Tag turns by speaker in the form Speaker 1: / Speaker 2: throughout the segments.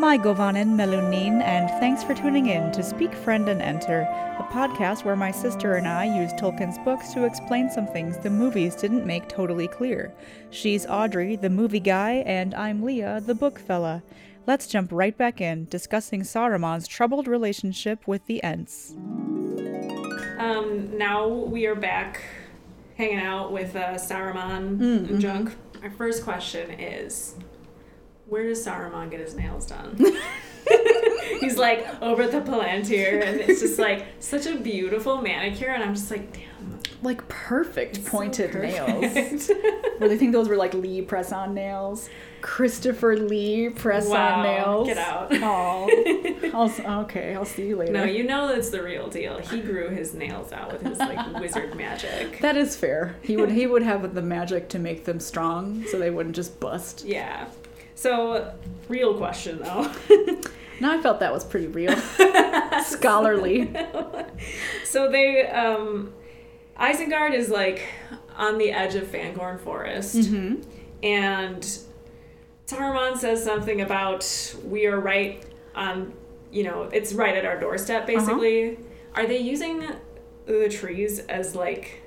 Speaker 1: Hi, Govanen Melunin, and thanks for tuning in to Speak Friend and Enter, a podcast where my sister and I use Tolkien's books to explain some things the movies didn't make totally clear. She's Audrey, the movie guy, and I'm Leah, the book fella. Let's jump right back in, discussing Saruman's troubled relationship with the Ents.
Speaker 2: Um, now we are back hanging out with uh, Saruman and Junk. Our first question is where does Saruman get his nails done? He's like over at the Palantir, and it's just like such a beautiful manicure, and I'm just like, damn.
Speaker 3: like perfect
Speaker 2: so
Speaker 3: pointed nails.
Speaker 2: perfect.
Speaker 3: Where they think those were like Lee press on nails, Christopher Lee press
Speaker 2: wow,
Speaker 3: on nails.
Speaker 2: Get out.
Speaker 3: Aw. I'll s- okay, I'll see you later.
Speaker 2: No, you know that's the real deal. He grew his nails out with his like wizard magic.
Speaker 3: that is fair. He would he would have the magic to make them strong, so they wouldn't just bust.
Speaker 2: Yeah. So, real question though.
Speaker 3: Now I felt that was pretty real, scholarly.
Speaker 2: So they, um, Isengard is like on the edge of Fangorn Forest,
Speaker 3: Mm-hmm.
Speaker 2: Mm-hmm. and Saruman says something about we are right on, you know, it's right at our doorstep. Basically, are they using the trees as like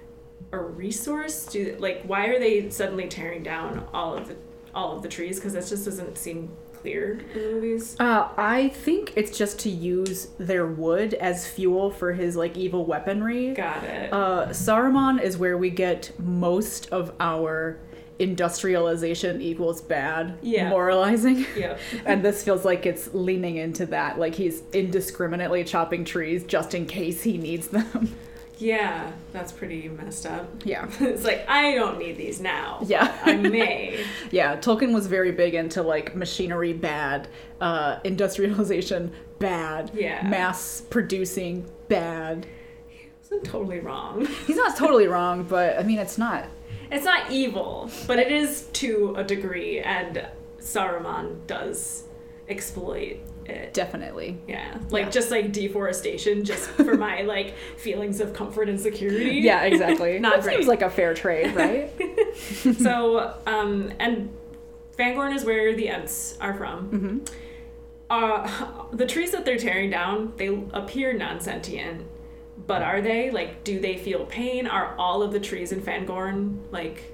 Speaker 2: a resource? Do like why are they suddenly tearing down all of the all of the trees? Because that just doesn't seem clear in the movies.
Speaker 3: Uh, I think it's just to use their wood as fuel for his like evil weaponry.
Speaker 2: Got it.
Speaker 3: Uh, Saruman is where we get most of our industrialization equals bad
Speaker 2: Yeah.
Speaker 3: moralizing.
Speaker 2: Yep.
Speaker 3: and this feels like it's leaning into that. Like he's indiscriminately chopping trees just in case he needs them.
Speaker 2: Yeah, that's pretty messed up.
Speaker 3: yeah.
Speaker 2: it's like I don't need these now. I
Speaker 3: Yeah.
Speaker 2: may.
Speaker 3: yeah. Tolkien was very big into like machinery bad, uh, industrialization bad,
Speaker 2: Yeah.
Speaker 3: mass producing bad.
Speaker 2: It's totally wrong.
Speaker 3: He's not totally wrong, but I mean, it's not
Speaker 2: It's not evil, but it is to a degree, and Saruman does exploit it.
Speaker 3: definitely.
Speaker 2: Yeah, like just like deforestation, just for my like feelings of comfort and security.
Speaker 3: Yeah, exactly.
Speaker 2: Not
Speaker 3: that seems
Speaker 2: great.
Speaker 3: like a fair trade, right?
Speaker 2: so, um, and Fangorn is where the Ents are from. Mm-hmm. Uh, the trees that they're tearing down, they appear non-sentient, but are they? Like, do they feel pain? Are all of the trees in Fangorn like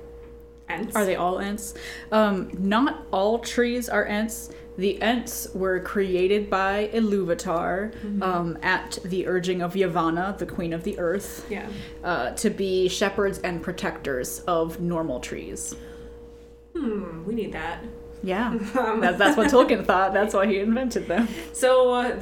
Speaker 2: Ents?
Speaker 3: Are they all ants? Um, not all trees are ants. The ants were created by Iluvatar
Speaker 2: Mm-hmm.
Speaker 3: um, at the urging of Yavanna, the queen of the earth,
Speaker 2: Yeah.
Speaker 3: uh, to be shepherds and protectors of normal trees.
Speaker 2: Hmm, we need that.
Speaker 3: Yeah,
Speaker 2: Um,
Speaker 3: that, that's what Tolkien thought. That's why he invented them.
Speaker 2: So, uh,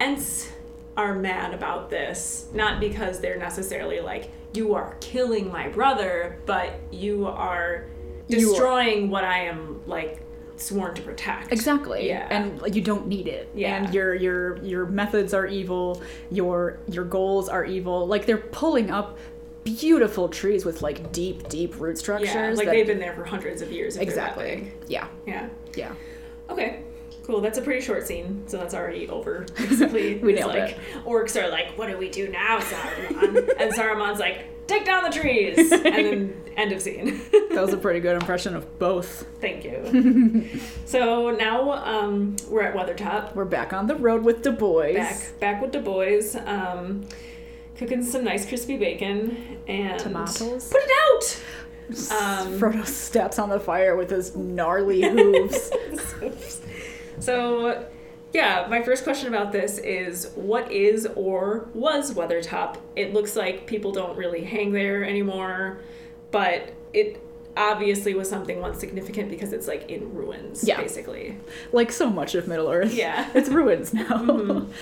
Speaker 2: Ents are mad about this, not because they're necessarily like, you are killing my brother, but you are
Speaker 3: You are-
Speaker 2: destroying what I am, like, sworn to protect.
Speaker 3: Exactly.
Speaker 2: Yeah.
Speaker 3: And you don't need it.
Speaker 2: Yeah.
Speaker 3: And your your your methods are evil. Your your goals are evil. Like they're pulling up beautiful trees with like deep deep root structures.
Speaker 2: Yeah, like
Speaker 3: that-
Speaker 2: they've been there for hundreds of years. if they're that
Speaker 3: exactly. Yeah.
Speaker 2: big. Yeah.
Speaker 3: Yeah.
Speaker 2: Okay. Cool. That's a pretty short scene, so that's already over. Basically,
Speaker 3: We
Speaker 2: It's
Speaker 3: nailed
Speaker 2: like,
Speaker 3: it.
Speaker 2: Orcs are like, "What do we do now, Saruman?" and Saruman's like, "Take down the trees," and then end of scene.
Speaker 3: That was a pretty good impression of both.
Speaker 2: Thank you. so now um, we're at Weathertop.
Speaker 3: We're back on the road with the boys.
Speaker 2: Back, back with the boys, um, cooking some nice crispy bacon and
Speaker 3: Tomatoes?
Speaker 2: Put it out. Um,
Speaker 3: Frodo steps on the fire with his gnarly hooves.
Speaker 2: So, yeah, my first question about this is what is or was Weathertop? It looks like people don't really hang there anymore, but it obviously was something once significant because it's like in ruins,
Speaker 3: Yeah.
Speaker 2: basically.
Speaker 3: like so much of Middle Earth.
Speaker 2: Yeah. Mm-hmm.
Speaker 3: It's ruins now.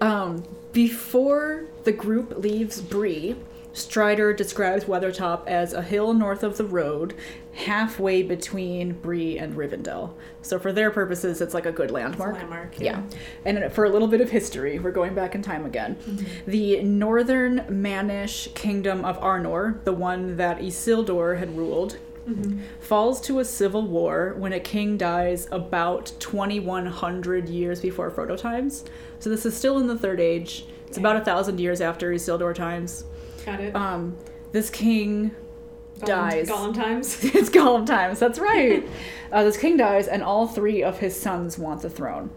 Speaker 3: um, before the group leaves Bree, Strider describes Weathertop as a hill north of the road, halfway between Bree and Rivendell. So, for their purposes, it's like a good landmark.
Speaker 2: landmark, yeah.
Speaker 3: yeah. And for a little bit of history, we're going back in time again. The northern Manish kingdom of Arnor, the one that Isildur had ruled, falls to a civil war when a king dies about 2100 years before Frodo times. So this is still in the Third Age. It's about a thousand years after Isildur times.
Speaker 2: Got it?
Speaker 3: Um, this king Uh, dies.
Speaker 2: Gollum times.
Speaker 3: it's Gollum times. That's right. uh, this king dies, and all three of his sons want the throne.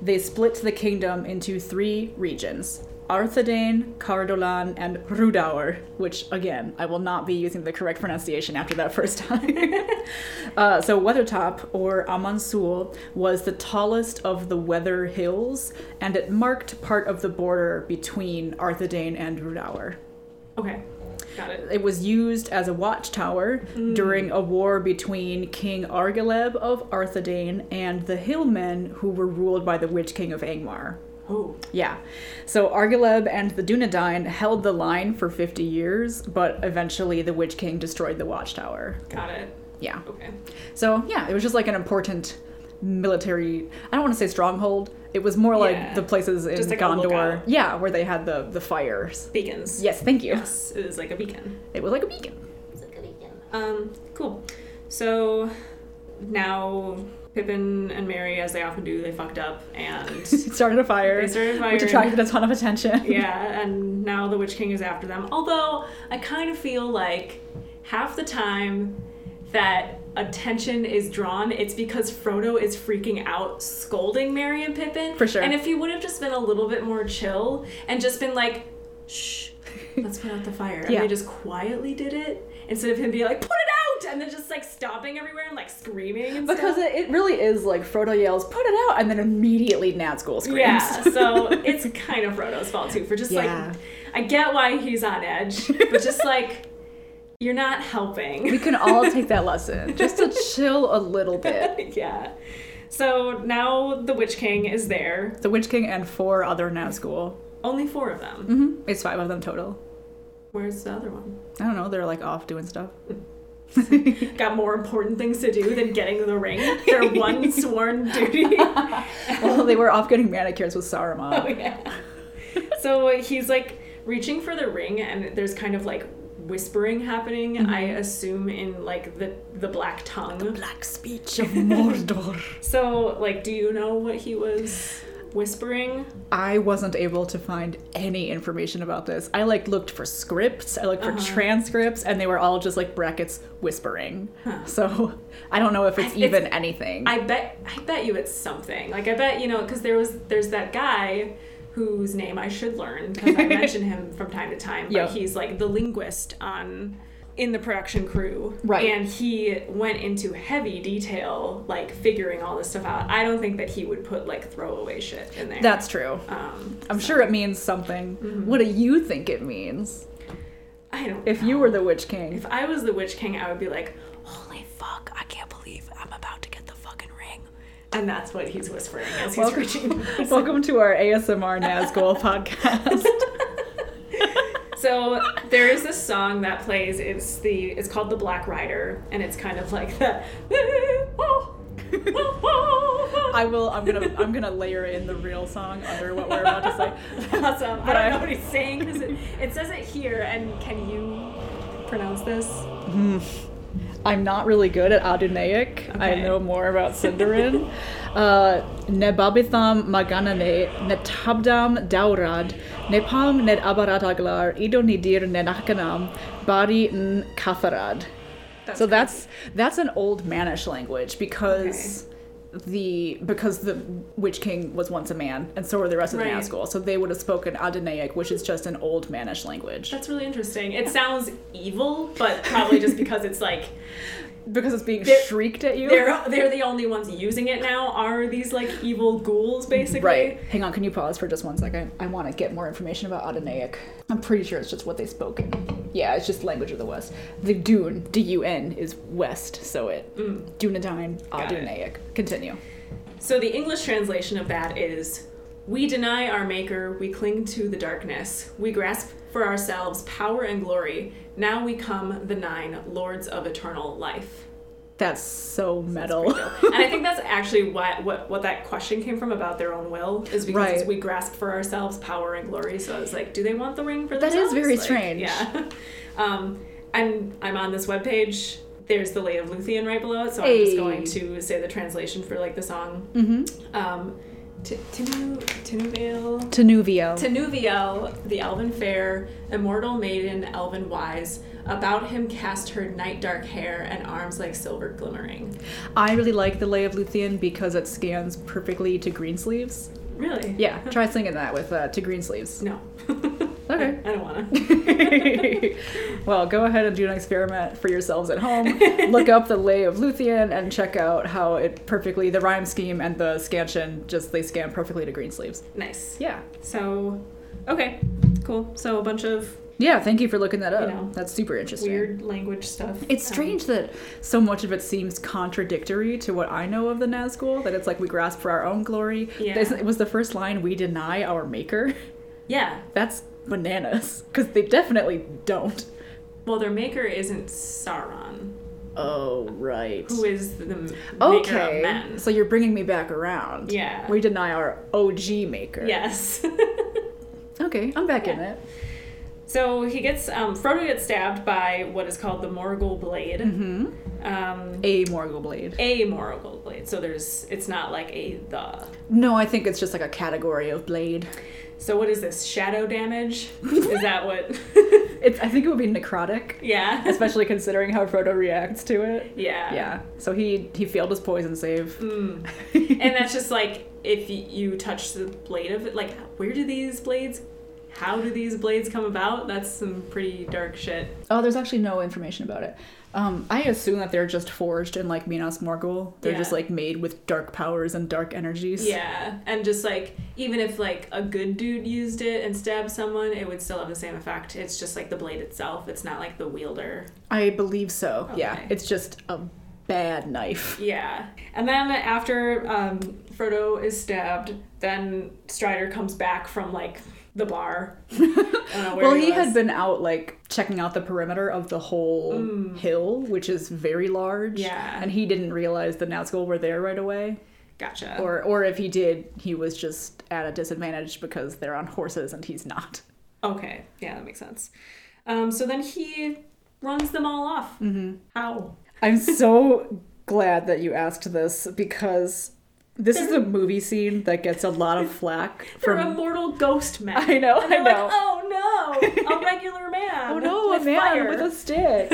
Speaker 3: They split the kingdom into three regions: Arthedain, Cardolan, and Rudaur. Which, again, I will not be using the correct pronunciation after that first time. uh, so Weathertop or Amansul was the tallest of the Weather Hills, and it marked part of the border between Arthedain and Rudaur.
Speaker 2: Okay, got it.
Speaker 3: It was used as a watchtower
Speaker 2: Mm.
Speaker 3: during a war between King Argaleb of Arthedain and the Hillmen who were ruled by the Witch King of Angmar.
Speaker 2: Oh,
Speaker 3: Yeah. So Argaleb and the Dunedain held the line for 50 years, but eventually the Witch King destroyed the watchtower.
Speaker 2: got it.
Speaker 3: Yeah.
Speaker 2: Okay.
Speaker 3: So, yeah, it was just like an important military I don't want to say stronghold. It was more like
Speaker 2: Yeah.
Speaker 3: the places in
Speaker 2: Just like a
Speaker 3: Gondor.
Speaker 2: lookout.
Speaker 3: Yeah, where they had the the fires.
Speaker 2: Beacons.
Speaker 3: Yes, thank you.
Speaker 2: Yes, it is like a beacon.
Speaker 3: It was like a beacon.
Speaker 2: Um, cool. So now Pippin and Mary, as they often do, they fucked up and
Speaker 3: It started a fire.
Speaker 2: they started
Speaker 3: which
Speaker 2: firing.
Speaker 3: attracted a ton of attention.
Speaker 2: Yeah, and now the Witch King is after them. Although I kind of feel like half the time that attention is drawn, it's because Frodo is freaking out, scolding Mary and Pippin.
Speaker 3: For sure.
Speaker 2: And if he would have just been a little bit more chill and just been like, "Shh, let's put out the fire," and
Speaker 3: Yeah.
Speaker 2: they just quietly did it instead of him being like, "Put it out," and then just like stomping everywhere and like screaming and
Speaker 3: Because
Speaker 2: stuff.
Speaker 3: it, it really is like Frodo yells, put it out, and then immediately Nat School screams.
Speaker 2: Yeah, so it's kind of Frodo's fault too for just
Speaker 3: Yeah.
Speaker 2: like I get why he's on edge, but just like you're not
Speaker 3: we
Speaker 2: helping.
Speaker 3: can all take that lesson just to chill a little bit.
Speaker 2: yeah. So now the Witch King is there.
Speaker 3: The Witch King and four other Nat School.
Speaker 2: Only four of them.
Speaker 3: hmm It's five of them total.
Speaker 2: Where's the other one?
Speaker 3: I don't know, they're like off doing stuff.
Speaker 2: Got more important things to do than getting the ring. Their one sworn duty.
Speaker 3: Oh, well, they were off getting manicures with Saruman.
Speaker 2: Oh yeah. So he's like reaching for the ring, and there's kind of like whispering happening.
Speaker 3: Mm-hmm.
Speaker 2: I assume in like the the black tongue.
Speaker 3: Black speech of Mordor.
Speaker 2: So, like, do you know what he was whispering?
Speaker 3: I wasn't able to find any information about this. I like looked for scripts, I looked for transcripts, and they were all just like brackets whispering. So I don't know if it's
Speaker 2: I- it's-
Speaker 3: even anything.
Speaker 2: I bet, I bet you it's something. Like, I bet you know, because there was, there's that guy whose name I should learn because I mention him from time to time. But
Speaker 3: Yep.
Speaker 2: he's like the linguist on in the production crew,
Speaker 3: Right.
Speaker 2: And he went into heavy detail, like figuring all this stuff out. I don't think that he would put like throwaway shit in there.
Speaker 3: That's true.
Speaker 2: um,
Speaker 3: I'm sure it means something. What do you think it means?
Speaker 2: I don't.
Speaker 3: If you were the Witch King,
Speaker 2: If I was the Witch King, I would be like, holy fuck, I can't believe I'm about to get the fucking ring. And that's what he's whispering as he's
Speaker 3: Welcome-
Speaker 2: reaching.
Speaker 3: welcome to our ASMR Nazgul podcast.
Speaker 2: so there is this song that plays. It's the it's called the Black Rider, and it's kind of like the.
Speaker 3: I will. I'm gonna. I'm gonna layer in the real song under what we're about to say.
Speaker 2: awesome. I
Speaker 3: But I-
Speaker 2: don't know what he's saying because it, it says it here. And can you pronounce this?
Speaker 3: I'm not really good at Adunaic. I
Speaker 2: Okay.
Speaker 3: know more about Sindarin. uh, Nebabitham maganane, netabdam daurad, nepam ned abarataglar, idonidir nenakanam, bari n kafarad. So that's that's an old Manish language because the because the Witch King was once a man, and so were the rest of
Speaker 2: Right.
Speaker 3: the Nazgul. So they would have spoken Adunaic, which is just an old Manish language
Speaker 2: That's really interesting. It sounds evil, but probably just because it's like
Speaker 3: because it's being
Speaker 2: They're-
Speaker 3: shrieked at you.
Speaker 2: they're they're the only ones using it now are these like evil ghouls basically
Speaker 3: Right. Hang on, can you pause for just one second? I want to get more information about Adonaic. I'm pretty sure it's just what they spoke in. Yeah, it's just language of the West. The Dune, D U N, is West, so it. Dunedain,
Speaker 2: Got it.
Speaker 3: Adonaic. Continue.
Speaker 2: so the english translation of that is we deny our maker we cling to the darkness we grasp for ourselves power and glory now we come the nine lords of eternal life
Speaker 3: That's so metal.
Speaker 2: and i think that's actually why what, what that question came from about their own will is because it's
Speaker 3: Right.
Speaker 2: we grasp for ourselves power and glory so i was like do they want the ring for
Speaker 3: That is
Speaker 2: themselves?
Speaker 3: very
Speaker 2: Like,
Speaker 3: strange.
Speaker 2: yeah um and i'm on this webpage there's the lay of luthien right below it so i'm
Speaker 3: Hey. Mm-hmm.
Speaker 2: just going to say the translation for like the song um T- Tenu- Tenuvale.
Speaker 1: Tenuvio.
Speaker 2: Tenuviel, the elven fair, immortal maiden, elven wise, about him cast her night dark hair and arms like silver glimmering.
Speaker 3: I really like the Lay of Luthien because it scans perfectly to Greensleeves.
Speaker 2: Really?
Speaker 3: Yeah, try singing that with uh, to Greensleeves.
Speaker 2: No.
Speaker 3: Okay.
Speaker 2: I don't want to.
Speaker 3: well, go ahead and do an experiment for yourselves at home. Look up the Lay of Luthien and check out how it perfectly the rhyme scheme and the scansion just they scan perfectly to Greensleeves.
Speaker 2: nice.
Speaker 3: Yeah.
Speaker 2: So, okay, cool. So a bunch of
Speaker 3: Yeah, thank you for looking that up.
Speaker 2: You know,
Speaker 3: That's super interesting.
Speaker 2: weird language stuff.
Speaker 3: It's
Speaker 2: Um,
Speaker 3: strange that so much of it seems contradictory to what I know of the Nazgul. That it's like we grasp for our own glory.
Speaker 2: Yeah.
Speaker 3: This- It was the first line we deny our maker.
Speaker 2: yeah.
Speaker 3: That's bananas because they definitely don't.
Speaker 2: Well, their maker isn't Sauron,
Speaker 3: Oh right.
Speaker 2: who is the m- maker of
Speaker 3: Okay.
Speaker 2: men.
Speaker 3: So you're bringing me back around.
Speaker 2: Yeah.
Speaker 3: We deny our OG maker.
Speaker 2: yes.
Speaker 3: Okay, I'm back in
Speaker 2: Yeah.
Speaker 3: it.
Speaker 2: so he gets um, Frodo gets stabbed by what is called the Morgul blade.
Speaker 3: Hmm.
Speaker 2: Um,
Speaker 3: A Morgul blade.
Speaker 2: a Morgul blade. So there's it's not like a the.
Speaker 3: No, I think it's just like a category of blade.
Speaker 2: So what is this shadow damage? is that what?
Speaker 3: It's. I think it would be necrotic,
Speaker 2: yeah.
Speaker 3: especially considering how Frodo reacts to it.
Speaker 2: Yeah.
Speaker 3: Yeah. So he he failed his poison save.
Speaker 2: Mm. And that's just like if y- you touch the blade of it, like where do these blades? How do these blades come about? That's some pretty dark shit.
Speaker 3: Oh, there's actually no information about it. Um, I assume that they're just forged in like Minas Morgul. They're
Speaker 2: Yeah.
Speaker 3: just like made with dark powers and dark energies.
Speaker 2: Yeah. And just like even if like a good dude used it and stabbed someone, it would still have the same effect. It's just like the blade itself. It's not like the wielder.
Speaker 3: I believe so. Yeah.
Speaker 2: Okay.
Speaker 3: It's just a bad knife.
Speaker 2: Yeah. And then after um, Frodo is stabbed, then Strider comes back from like the bar. I don't know where
Speaker 3: Well, he
Speaker 2: was.
Speaker 3: had been out like checking out the perimeter of the whole hill, which is very large.
Speaker 2: Yeah.
Speaker 3: And he didn't realize the Nazgul were there right away.
Speaker 2: Gotcha.
Speaker 3: Or or if he did, he was just at a disadvantage because they're on horses and he's not.
Speaker 2: Okay, yeah, that makes sense. Um, so then he runs them all off. Mm-hmm. How?
Speaker 3: I'm so glad that you asked this because this is a movie scene that gets a lot of flack
Speaker 2: They're
Speaker 3: from.
Speaker 2: immortal ghost men.
Speaker 3: I know,
Speaker 2: And they're
Speaker 3: I know.
Speaker 2: Like, oh no, a regular man.
Speaker 3: Oh no,
Speaker 2: with
Speaker 3: a man
Speaker 2: fire."
Speaker 3: with a stick.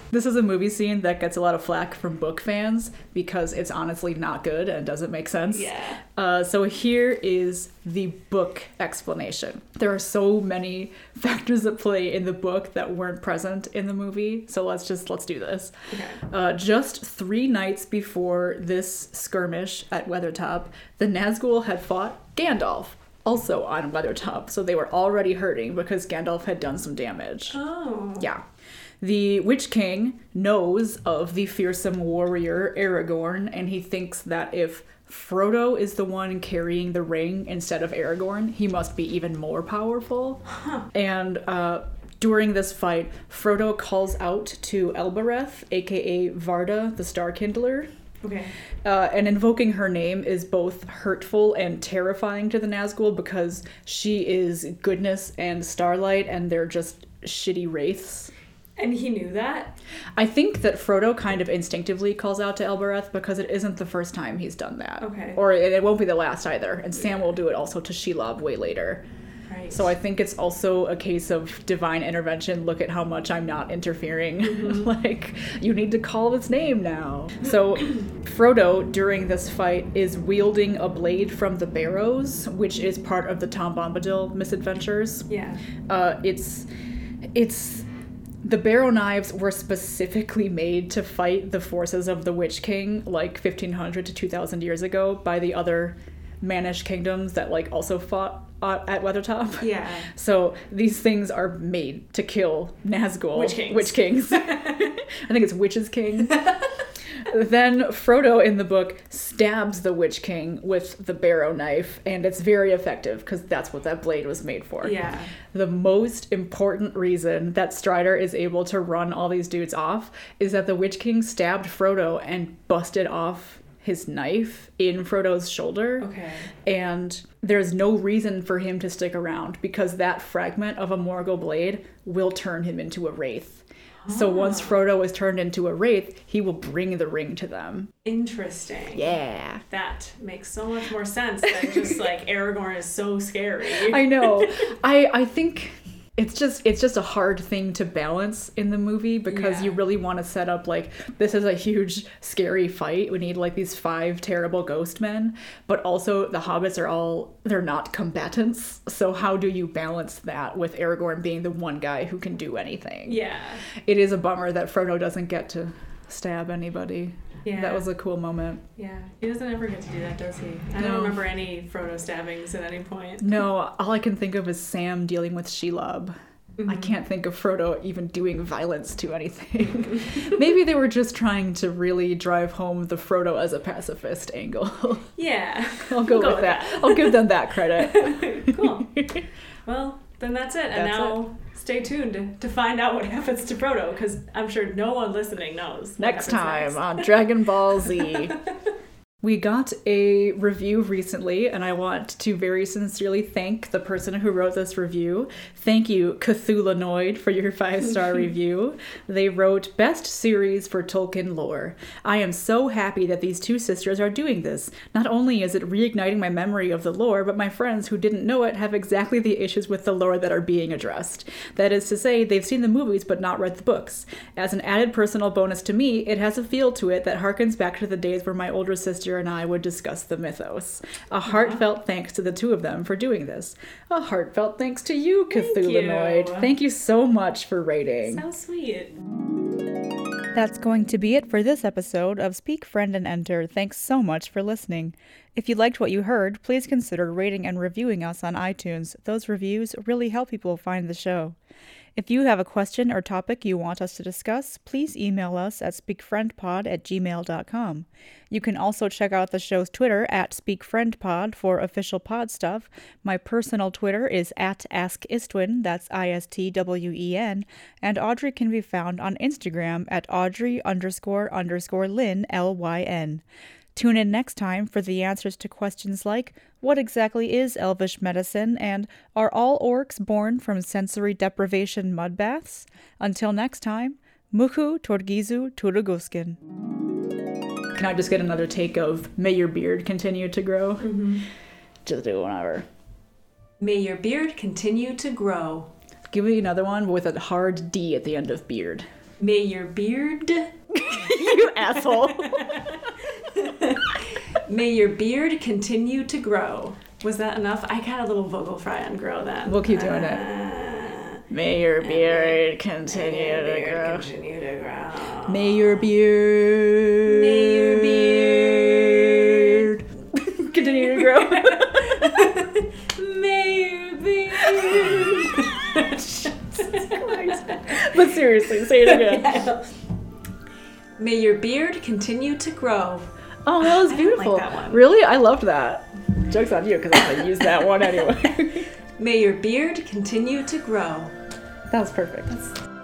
Speaker 3: this is a movie scene that gets a lot of flack from book fans because it's honestly not good and doesn't make sense.
Speaker 2: Yeah.
Speaker 3: Uh, so here is the book explanation. There are so many factors at play in the book that weren't present in the movie. So let's just let's do this.
Speaker 2: Okay.
Speaker 3: Uh, just three nights before this skirmish at Weathertop, the Nazgul had fought Gandalf, also on Weathertop, so they were already hurting because Gandalf had done some damage.
Speaker 2: Oh.
Speaker 3: Yeah. The Witch King knows of the fearsome warrior Aragorn, and he thinks that if Frodo is the one carrying the ring instead of Aragorn, he must be even more powerful. And uh, during this fight, Frodo calls out to Elbereth, aka Varda the Star Kindler.
Speaker 2: Okay.
Speaker 3: Uh, and invoking her name is both hurtful and terrifying to the Nazgul because she is goodness and starlight, and they're just shitty wraiths.
Speaker 2: And he knew that.
Speaker 3: I think that Frodo kind of instinctively calls out to Elbereth because it isn't the first time he's done that.
Speaker 2: Okay.
Speaker 3: Or it, it won't be the last either. And Sam will do it also to Shelob way later.
Speaker 2: Right.
Speaker 3: So I think it's also a case of divine intervention. Look at how much I'm not interfering. like, you need to call its name now. So, Frodo, during this fight, is wielding a blade from the Barrows, which is part of the Tom Bombadil misadventures.
Speaker 2: yeah.
Speaker 3: Uh, it's. It's. The barrow knives were specifically made to fight the forces of the Witch King, like 1500 to 2000 years ago, by the other Manish kingdoms that, like, also fought uh, at Weathertop.
Speaker 2: Yeah.
Speaker 3: So these things are made to kill Nazgul.
Speaker 2: Witch kings.
Speaker 3: Witch kings. I think it's Witches King. then Frodo in the book stabs the Witch King with the barrow knife, and it's very effective because that's what that blade was made for.
Speaker 2: Yeah.
Speaker 3: The most important reason that Strider is able to run all these dudes off is that the Witch King stabbed Frodo and busted off his knife in Frodo's shoulder
Speaker 2: Okay.
Speaker 3: and there's no reason for him to stick around because that fragment of a Morgul blade will turn him into a wraith. So once Frodo is turned into a wraith, he will bring the ring to them.
Speaker 2: Interesting.
Speaker 3: Yeah.
Speaker 2: That makes so much more sense than just like Aragorn is so scary.
Speaker 3: I know. I I think it's just it's just a hard thing to balance in the movie because
Speaker 2: Yeah.
Speaker 3: you really want to set up like this is a huge scary fight. We need like these five terrible ghost men, but also the hobbits are all they're not combatants. So how do you balance that with Aragorn being the one guy who can do anything?
Speaker 2: yeah.
Speaker 3: It is a bummer that Frodo doesn't get to stab anybody.
Speaker 2: Yeah.
Speaker 3: That was a cool moment.
Speaker 2: Yeah. He doesn't ever get to do that, does he? I
Speaker 3: No.
Speaker 2: don't remember any Frodo stabbings at any point.
Speaker 3: No, all I can think of is Sam dealing with Shelob. I can't think of Frodo even doing violence to anything. Maybe they were just trying to really drive home the Frodo as a pacifist angle.
Speaker 2: Yeah.
Speaker 3: I'll go,
Speaker 2: We'll go
Speaker 3: with
Speaker 2: with
Speaker 3: that. I'll give them that credit.
Speaker 2: cool. Well, then that's it. And
Speaker 3: That's
Speaker 2: now stay tuned to find out what happens to Frodo, because I'm sure no one listening knows. what
Speaker 3: next time
Speaker 2: happens
Speaker 3: on Dragon Ball Z. We got a review recently, and I want to very sincerely thank the person who wrote this review. Thank you, Cthulhunoid, for your five star review. They wrote Best Series for Tolkien Lore. I am so happy that these two sisters are doing this. Not only is it reigniting my memory of the lore, but my friends who didn't know it have exactly the issues with the lore that are being addressed. That is to say, they've seen the movies but not read the books. As an added personal bonus to me, it has a feel to it that harkens back to the days where my older sister and I would discuss the mythos. A heartfelt thanks to the two of them for doing this. A heartfelt thanks to you, Cthulhunoid. Thank you,
Speaker 2: you.
Speaker 3: so much for rating.
Speaker 2: So sweet.
Speaker 1: That's going to be it for this episode of Speak Friend and Enter. Thanks so much for listening. If you liked what you heard, please consider rating and reviewing us on iTunes. Those reviews really help people find the show. If you have a question or topic you want us to discuss, please email us at speakfriendpod at gmail.com. You can also check out the show's Twitter at speakfriendpod for official pod stuff. My personal Twitter is at askistwen, that's I S T W E N, and Audrey can be found on Instagram at Audrey underscore underscore Lynn, L Y N. Tune in next time for the answers to questions like What exactly is elvish medicine? and Are all orcs born from sensory deprivation mud baths? Until next time, Mukhu Torgizu Turuguskin.
Speaker 3: Can I just get another take of May Your Beard Continue to Grow? Just do whatever.
Speaker 2: May your beard continue to grow.
Speaker 3: Give me another one with a hard D at the end of beard.
Speaker 2: May your beard.
Speaker 3: you asshole.
Speaker 2: May your beard continue to grow. Was that enough? I got a little vocal fry on grow that.
Speaker 3: We'll keep doing it. May your beard continue to grow.
Speaker 2: Continue to grow.
Speaker 3: May your beard.
Speaker 2: May your beard.
Speaker 3: Continue to grow.
Speaker 2: May your beard.
Speaker 3: but seriously, say it again.
Speaker 2: May your beard continue to grow.
Speaker 3: Oh, that was
Speaker 2: I don't like
Speaker 3: beautiful.
Speaker 2: that one.
Speaker 3: Really? I loved that. Joke's on you because I'm going to use that one anyway.
Speaker 2: May your beard continue to grow.
Speaker 3: that was perfect.
Speaker 2: That's